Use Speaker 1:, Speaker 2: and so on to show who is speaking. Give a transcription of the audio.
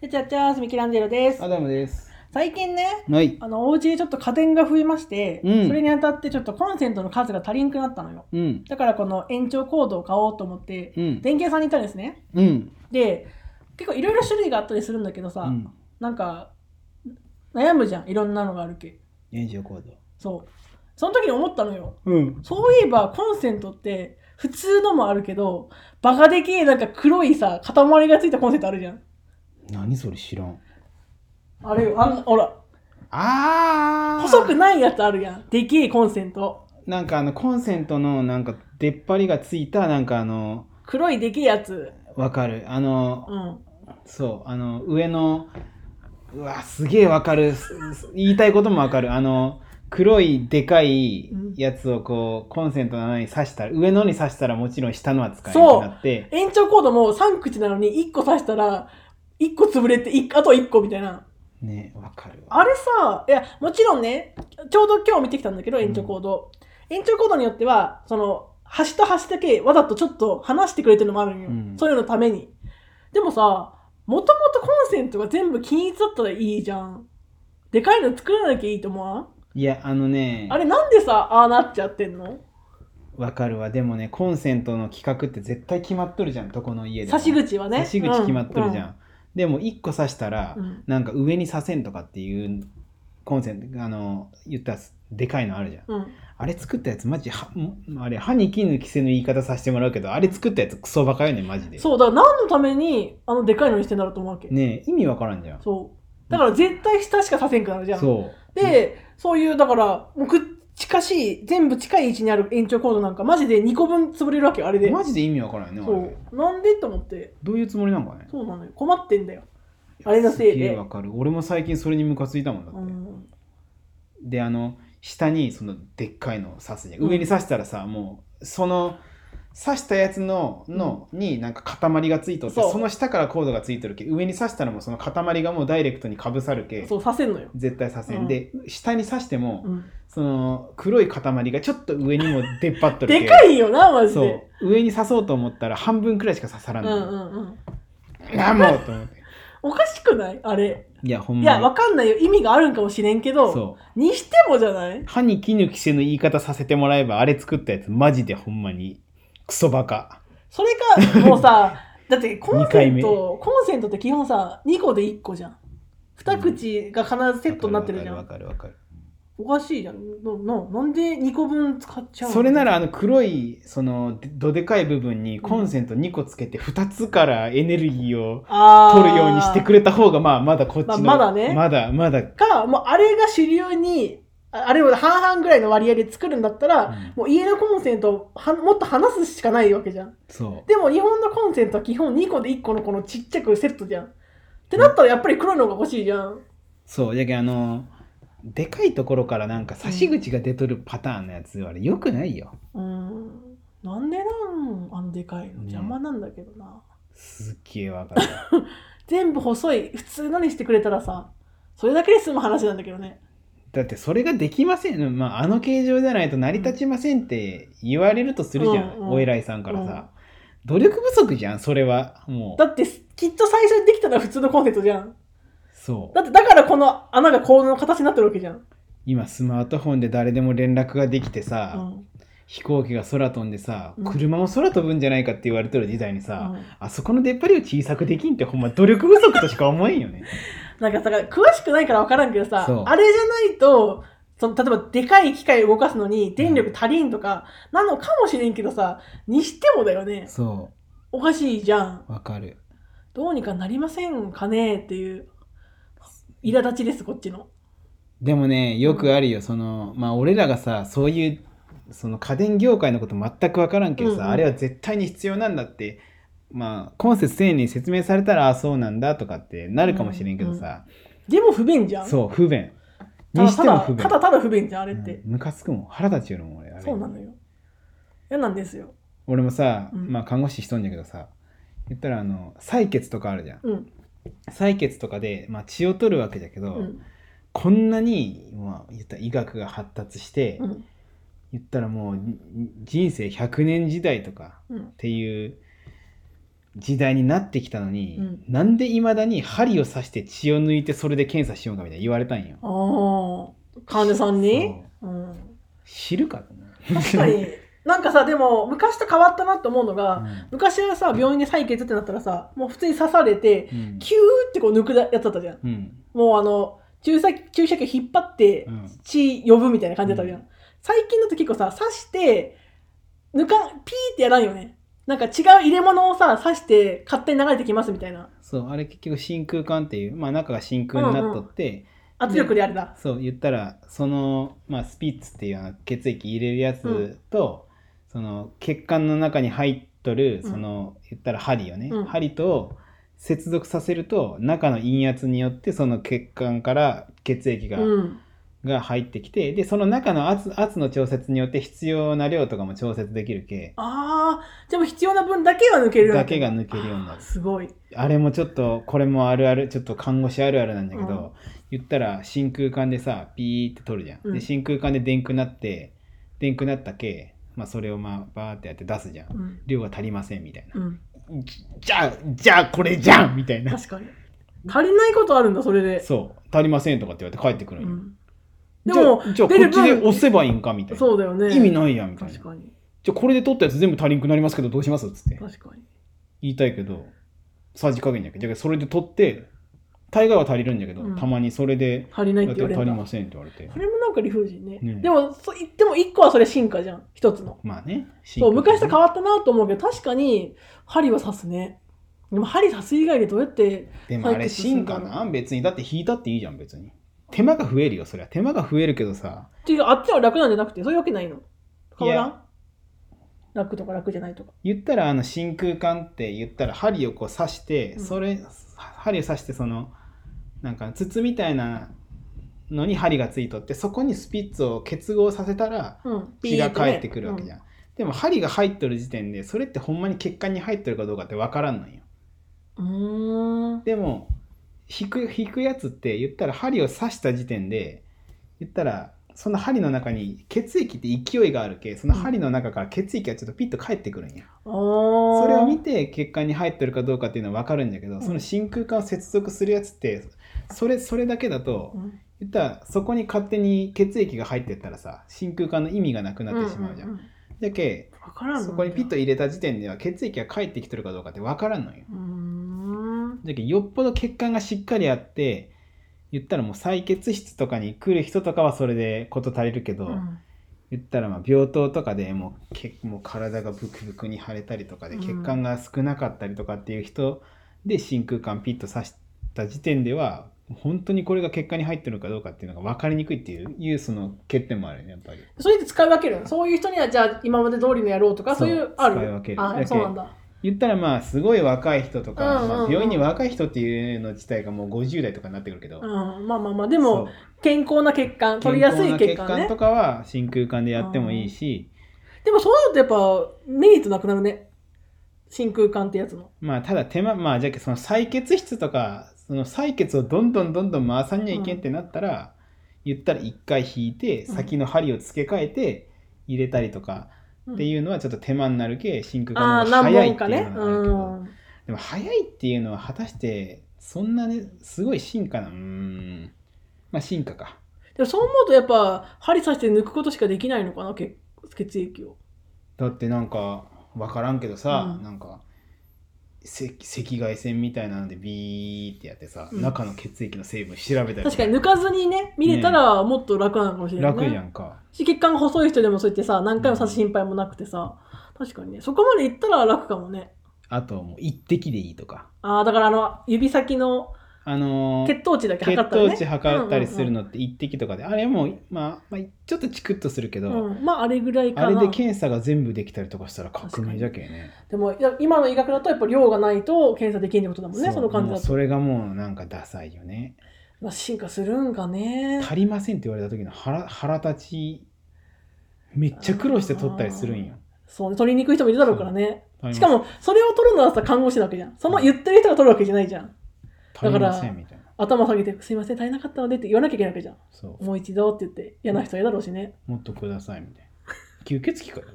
Speaker 1: でちゃっちゃーすみきらんでろです
Speaker 2: ア。ダムです。
Speaker 1: 最近ね、
Speaker 2: はい。
Speaker 1: あのお家でちょっと家電が増えまして、
Speaker 2: うん
Speaker 1: それにあたってちょっとコンセントの数が足りんくなったのよ。
Speaker 2: うん。
Speaker 1: だからこの延長コードを買おうと思って、
Speaker 2: うん。
Speaker 1: 電気屋さんに行ったんですね。
Speaker 2: うん。
Speaker 1: で、結構いろいろ種類があったりするんだけどさ、
Speaker 2: うん。
Speaker 1: なんか悩むじゃん、いろんなのがあるけ。
Speaker 2: 延長コード。
Speaker 1: そう。その時に思ったのよ。
Speaker 2: うん。
Speaker 1: そういえばコンセントって普通のもあるけど、バカでけえなんか黒いさ、塊がついたコンセントあるじゃん。
Speaker 2: 何それ知らん。
Speaker 1: あれよ、あんほら、
Speaker 2: あー
Speaker 1: 細くないやつあるやん。でけえコンセント。
Speaker 2: なんかあの、コンセントのなんか出っ張りがついた、なんかあの、
Speaker 1: 黒いでけえやつ。
Speaker 2: わかる。あの、
Speaker 1: うん。
Speaker 2: そう、あの、上の、うわ、すげえわかる。すす言いたいこともわかる。あの、黒いでかいやつをこう、コンセントの穴に刺したら、上のに刺したらもちろん下のは使えなくなって、
Speaker 1: 延長コードも3口なのに1個刺したら、1個潰れて、一あと1個みたいな。
Speaker 2: ね、わかるわ。
Speaker 1: あれさ、いや、もちろんね、ちょうど今日見てきたんだけど、延長コード。延長コードによっては、その、端と端だけわざとちょっと離してくれてるのもあるんよ。
Speaker 2: うん
Speaker 1: そういうのために。でもさ、もともとコンセントが全部均一だったらいいじゃん。でかいの作らなきゃいいと思わん
Speaker 2: いや、あのね、
Speaker 1: あれなんでさ、ああなっちゃってんの
Speaker 2: わかるわでもねコンセントの規格って絶対決まっとるじゃんどこの家でも
Speaker 1: 差し口はね。
Speaker 2: 差し口決まっとるじゃん、
Speaker 1: う
Speaker 2: でも1個差したら、
Speaker 1: うん
Speaker 2: なんか上に差せんとかっていうコンセントあの言ったらでかいのあるじゃん
Speaker 1: うん。うん
Speaker 2: あれ作ったやつマジはもあれ歯に衣着せぬ言い方させてもらうけどあれ作ったやつクソバカよねマジで
Speaker 1: そう、だから何のためにあのでかいのにしてんだろうと思うわけ。
Speaker 2: ねえ意味わからんじゃん
Speaker 1: そう。だから絶対下しかさせんくなるじゃん。
Speaker 2: そう
Speaker 1: で、そういう、だから、もうくっ近しい、全部近い位置にある延長コードなんか、マジで2個分潰れるわけよ、あれで。
Speaker 2: マジで意味わからんよね
Speaker 1: そ
Speaker 2: あれ
Speaker 1: う。なんでと思って、
Speaker 2: どういうつもりなんかね
Speaker 1: そうなのよ。困ってんだよ。あれのせいです
Speaker 2: げえわかる俺も最近それにムカついたもんだって、
Speaker 1: うん。
Speaker 2: であの下にそのでっかいのを刺すじゃん
Speaker 1: うん
Speaker 2: 上に刺したらさ、もうその刺したやつのの、になんか塊がついとって
Speaker 1: そう
Speaker 2: その下からコードがついてるけ上に刺したらもうその塊がもうダイレクトにかぶさるけ
Speaker 1: そう、させんのよ。
Speaker 2: 絶対刺せん、
Speaker 1: うん
Speaker 2: で下に刺しても、
Speaker 1: うん
Speaker 2: その黒い塊がちょっと上にも出っ張っとるけ
Speaker 1: でかいよな、マジ
Speaker 2: そ
Speaker 1: で。
Speaker 2: う上に刺そうと思ったら半分くらいしか刺さら
Speaker 1: うんんう
Speaker 2: の、
Speaker 1: んうん。
Speaker 2: なんもうと思って
Speaker 1: おかしくないあれ。
Speaker 2: いやほん
Speaker 1: い
Speaker 2: まに
Speaker 1: や、わかんないよ。意味があるんかもしれんけど、
Speaker 2: そう
Speaker 1: にしてもじゃない
Speaker 2: 歯に衣着せぬ言い方させてもらえばあれ作ったやつマジでほんまにクソバカ
Speaker 1: それか、もう さ、だってコンセン
Speaker 2: 二回目
Speaker 1: ト、コンセントって基本さ、2個で1個じゃん。2口が必ずセットになってるじゃん
Speaker 2: わ。かるわかるわか
Speaker 1: おかしいじゃん。なななんで2個分使っちゃう
Speaker 2: る
Speaker 1: の
Speaker 2: それならあの黒いそのでどでかい部分にコンセント2個つけて2つからエネルギーを
Speaker 1: あー
Speaker 2: 取るようにしてくれた方がまあまだこっちの、
Speaker 1: まあまだね
Speaker 2: まだまだ
Speaker 1: か、もうあれが主流に、ああれを半々ぐらいの割合で作るんだったら、
Speaker 2: うん
Speaker 1: もう家のコンセントをはもっと離すしかないわけじゃん。
Speaker 2: そ
Speaker 1: でも日本のコンセントは基本2個で1個のこのちっちゃくセットじゃん。ってなったらやっぱり黒いのが欲しいじゃん。
Speaker 2: うそうじゃけんあのでかいところからなんか差し口が出とるパターンのやつはあれよくないよ
Speaker 1: うん。なんでなんあのでかいの邪魔なんだけどな。
Speaker 2: すっげえわかる
Speaker 1: 全部細い、普通のにしてくれたらさ、それだけで済む話なんだけどね。
Speaker 2: だってそれができません、まあ、あの形状じゃないと成り立ちませんって言われるとするじゃん、
Speaker 1: うんうん
Speaker 2: お偉いさんからさ、努力不足じゃんそれはもう
Speaker 1: だってきっと最初にできたのは普通のコンセントじゃん。
Speaker 2: そう
Speaker 1: だってだからこの穴がこの形になってるわけじゃん。
Speaker 2: 今スマートフォンで誰でも連絡ができてさ、
Speaker 1: うん
Speaker 2: 飛行機が空飛んでさ
Speaker 1: うん
Speaker 2: 車も空飛ぶんじゃないかって言われてる時代にさ、
Speaker 1: うん
Speaker 2: あそこの出っ張りを小さくできんってほんま努力不足としか思えんよね
Speaker 1: なんかさ、詳しくないから分からんけどさ
Speaker 2: そう、
Speaker 1: あれじゃないと、その例えばでかい機械を動かすのに電力足りんとかなのかもしれんけどさ、にしてもだよね。
Speaker 2: そ
Speaker 1: おかしいじゃん。
Speaker 2: うわかる
Speaker 1: どうにかなりませんかねっていう、苛立ちです、こっちの。
Speaker 2: でもねよくあるよそのまあ俺らがさそういうその家電業界のこと全く分からんけどさ、
Speaker 1: うんうん
Speaker 2: あれは絶対に必要なんだってまあ今節丁寧に説明されたらあそうなんだとかってなるかもしれんけどさ、
Speaker 1: でも不便じゃん。
Speaker 2: そう不便
Speaker 1: ただ
Speaker 2: にしても不便
Speaker 1: ただただただ不便じゃん、あれっ
Speaker 2: う
Speaker 1: て。
Speaker 2: んムカつくもん腹立ちよるもん俺あれ
Speaker 1: そうなのよ。嫌なんですよ。
Speaker 2: 俺もさ、
Speaker 1: うん
Speaker 2: まあ看護師しとんじゃけどさ言ったらあの採血とかあるじゃん
Speaker 1: うん。
Speaker 2: 採血とかで、まあ、血を取るわけだけ
Speaker 1: う
Speaker 2: ど、
Speaker 1: ん。
Speaker 2: こんなに、まあ、言ったら医学が発達して、
Speaker 1: うん。
Speaker 2: 言ったらもうに人生100年時代とか
Speaker 1: うん
Speaker 2: っ。ていう時代になってきたのに、
Speaker 1: うん
Speaker 2: なんでいまだに針を刺して血を抜いてそれで検査しようかみたいな言われたんよ
Speaker 1: あー患者さんにうん、
Speaker 2: 知るかだな
Speaker 1: 確かになんかさでも昔と変わったなって思うのが、
Speaker 2: う
Speaker 1: 昔はさ病院で採血ってなったらさもう普通に刺されて
Speaker 2: ん
Speaker 1: キューってこう抜くやつだったじゃん
Speaker 2: うん
Speaker 1: もうあの注射注射器引っ張って
Speaker 2: うん
Speaker 1: 血呼ぶみたいな感じだったじゃん、
Speaker 2: う
Speaker 1: 最近だと結構さ刺して抜かんピーってやらんよねなんか違う入れ物をさ刺して勝手に流れてきますみたいな
Speaker 2: そうあれ結局真空管っていう、まあ、中が真空になっとって、
Speaker 1: 圧力であれだ、
Speaker 2: そう言ったらその、まあ、スピッツっていうあの血液入れるやつと、その血管の中に入っとる
Speaker 1: うん
Speaker 2: その、言ったら針をね、
Speaker 1: うん
Speaker 2: 針と接続させると中の陰圧によってその血管から血液が,、
Speaker 1: うん
Speaker 2: が入ってきてでその中の圧圧の調節によって必要な量とかも調節できるけ
Speaker 1: あーでも必要な分だけは抜けるようにな
Speaker 2: だ
Speaker 1: ってる
Speaker 2: けが抜けるようになる
Speaker 1: すごい
Speaker 2: あれもちょっとこれもあるあるちょっと看護師あるあるなんだけど、
Speaker 1: うん
Speaker 2: 言ったら真空管でさピーって取るじゃん、
Speaker 1: うん
Speaker 2: で真空管で電空なって電空なったけ、まあ、それをまあバーってやって出すじゃん
Speaker 1: うん、
Speaker 2: 量が足りませんみたいな、
Speaker 1: うん、
Speaker 2: じゃあじゃあこれじゃんみ たいな
Speaker 1: 確かに足りないことあるんだそれで
Speaker 2: そう足りませんとかって言われて帰ってくる
Speaker 1: うん
Speaker 2: よ、
Speaker 1: ん、でも
Speaker 2: じゃあじゃあこっちで押せばいいんかみたいな
Speaker 1: そうだよね
Speaker 2: 意味ないやんみたいな
Speaker 1: 確かに
Speaker 2: じゃあこれで取ったやつ全部足りんくなりますけどどうしますっつって
Speaker 1: 確かに
Speaker 2: 言いたいけどさじ加減じゃけどじゃあそれで取って大概は足りるんだけど、
Speaker 1: うん
Speaker 2: たまにそれで
Speaker 1: 足りないっ
Speaker 2: だ
Speaker 1: て
Speaker 2: っ
Speaker 1: 言
Speaker 2: て
Speaker 1: われるんだ
Speaker 2: 足りませんって言われて
Speaker 1: そ。れもなんか理不尽ね。
Speaker 2: ね
Speaker 1: でも、そう言っても一個はそれ進化じゃん、一つの。
Speaker 2: まあね。
Speaker 1: そう、昔と変
Speaker 2: わ
Speaker 1: わったなと思うけど、確かに、針は刺すね。でも、針刺す以外でどうやって、
Speaker 2: でもあれ進化な別に。だって引いたっていいじゃん別に。手間が増えるよそりゃ。手間が増えるけどさ。
Speaker 1: っていうかあっちは楽なんじゃなくて、そういうわけないの。変わら
Speaker 2: い
Speaker 1: ん楽とか楽じゃないとか。
Speaker 2: 言ったらあの真空管って言ったら針をこう刺して、
Speaker 1: うん
Speaker 2: それ針を刺してそのなんか筒みたいなのに針がついとってそこにスピッツを結合させたら
Speaker 1: うん。
Speaker 2: 血が返ってくるわけじ
Speaker 1: ゃん。
Speaker 2: ゃん。でも針が入っとる時点でそれってほんまに血管に入っとるかどうかって分からんのよ。
Speaker 1: うん。うーん
Speaker 2: でも引く引くやつって言ったら針を刺した時点で言ったらその針の中に血液って勢いがあるけその針の中から血液がちょっとピッと返ってくるんや、
Speaker 1: あー
Speaker 2: それを見て血管に入ってるかどうかっていうのは分かるんだけど、
Speaker 1: ん
Speaker 2: その真空管を接続するやつってそれそれだけだと
Speaker 1: うん
Speaker 2: 言ったらそこに勝手に血液が入ってったらさ真空管の意味がなくなってしまうじゃん。
Speaker 1: んんん
Speaker 2: だけ
Speaker 1: わからんの
Speaker 2: そこにピッと。入れた時点では血液が返ってきてるかどうかって分からんのよ。
Speaker 1: うーん。
Speaker 2: だけどよっぽど血管がしっかりあって言ったらもう採血室とかに来る人とかはそれで事足りるけど、
Speaker 1: うん
Speaker 2: 言ったらまあ病棟とかでもう血もう体がブクブクに腫れたりとかで
Speaker 1: うん
Speaker 2: 血管が少なかったりとかっていう人で真空管ピッと刺した時点では本当にこれが血管に入ってるのかどうかっていうのが分かりにくいっていういうその欠点もあるよねやっぱり。
Speaker 1: それで使い分けるのそういう人には、じゃあ、今まで通りのやろうとか、そういう、ある。
Speaker 2: 使い分けるだ
Speaker 1: あ
Speaker 2: け
Speaker 1: そうなんだ。
Speaker 2: 言ったらまあすごい若い人とか、
Speaker 1: うんうんうん
Speaker 2: まあ、病院に若い人っていうの自体がもう50代とかになってくるけど、
Speaker 1: うん、まあまあまあで
Speaker 2: そう
Speaker 1: も健康な血管取りやすい血
Speaker 2: 健康
Speaker 1: 管
Speaker 2: な
Speaker 1: ね
Speaker 2: 血とかは真空管でやってもいいし、
Speaker 1: でもそうなるとやっぱメリットなくなるね真空管ってやつの
Speaker 2: まあただ手間まあじゃあその採血室とかその採血をどんどんどんどん回さんにゃいけんってなったら、言ったら一回引いて
Speaker 1: うん
Speaker 2: 先の針を付け替えて入れたりとか
Speaker 1: うん
Speaker 2: っていうのはちょっと手間になるけ真空
Speaker 1: ああ
Speaker 2: 管
Speaker 1: ー
Speaker 2: の方が
Speaker 1: 何
Speaker 2: 早いっ
Speaker 1: 本かね
Speaker 2: ていうのがあるけ
Speaker 1: う
Speaker 2: ど、
Speaker 1: ん
Speaker 2: でも早いっていうのは果たしてそんなねすごい進化なうーんまあ進化か
Speaker 1: でもそう思うとやっぱ針刺して抜くことしかできないのかな血血液を
Speaker 2: だってなんか分からんけどさ、
Speaker 1: うん
Speaker 2: なんかせ赤外線みたいなのでビーってやってさ、
Speaker 1: うん
Speaker 2: 中の血液の成分調べたり
Speaker 1: 確かに抜かずにね見れたらもっと楽なのかもしれない、ね
Speaker 2: 楽じゃんか
Speaker 1: し血管が細い人でもそうやってさ何回も刺す心配もなくてさ確かにねそこまでいったら楽かもね
Speaker 2: あともう一滴でいいとか
Speaker 1: ああだからあの指先の
Speaker 2: あのー
Speaker 1: 血糖値だけ
Speaker 2: 血
Speaker 1: 測ったら
Speaker 2: 糖
Speaker 1: ね
Speaker 2: 値測ったりする
Speaker 1: の、
Speaker 2: のって一滴とかで、あれもう、まあ、まあちょっとチクッとするけ
Speaker 1: う
Speaker 2: ど、
Speaker 1: んうんうんまああれぐらいかな
Speaker 2: あれで検査が全部できたりとかしたら革命じゃけんね
Speaker 1: でもいや今の医学だとやっぱ量がないと検査できんってことだもんね
Speaker 2: う
Speaker 1: その感じ
Speaker 2: もう
Speaker 1: だと、
Speaker 2: それがもうなんかダサいよね
Speaker 1: まあ、進化するんかね
Speaker 2: 足りませんって言われた時の腹腹立ちめっちゃ苦労して取ったりするんよ
Speaker 1: そうね取りにくい人もいるだろうからねしか
Speaker 2: も
Speaker 1: もそれを取るのはさ看護師なわけじゃんその言ってる人が取るわけじゃないじゃん
Speaker 2: 足りませんみたいな。
Speaker 1: 頭下げて「すいません足りなかったので」って言わなきゃいけないわけじゃん
Speaker 2: そ
Speaker 1: もう一度って言って嫌な人は嫌だろうしね
Speaker 2: う。もっとくださいみたいな。吸血鬼かよ。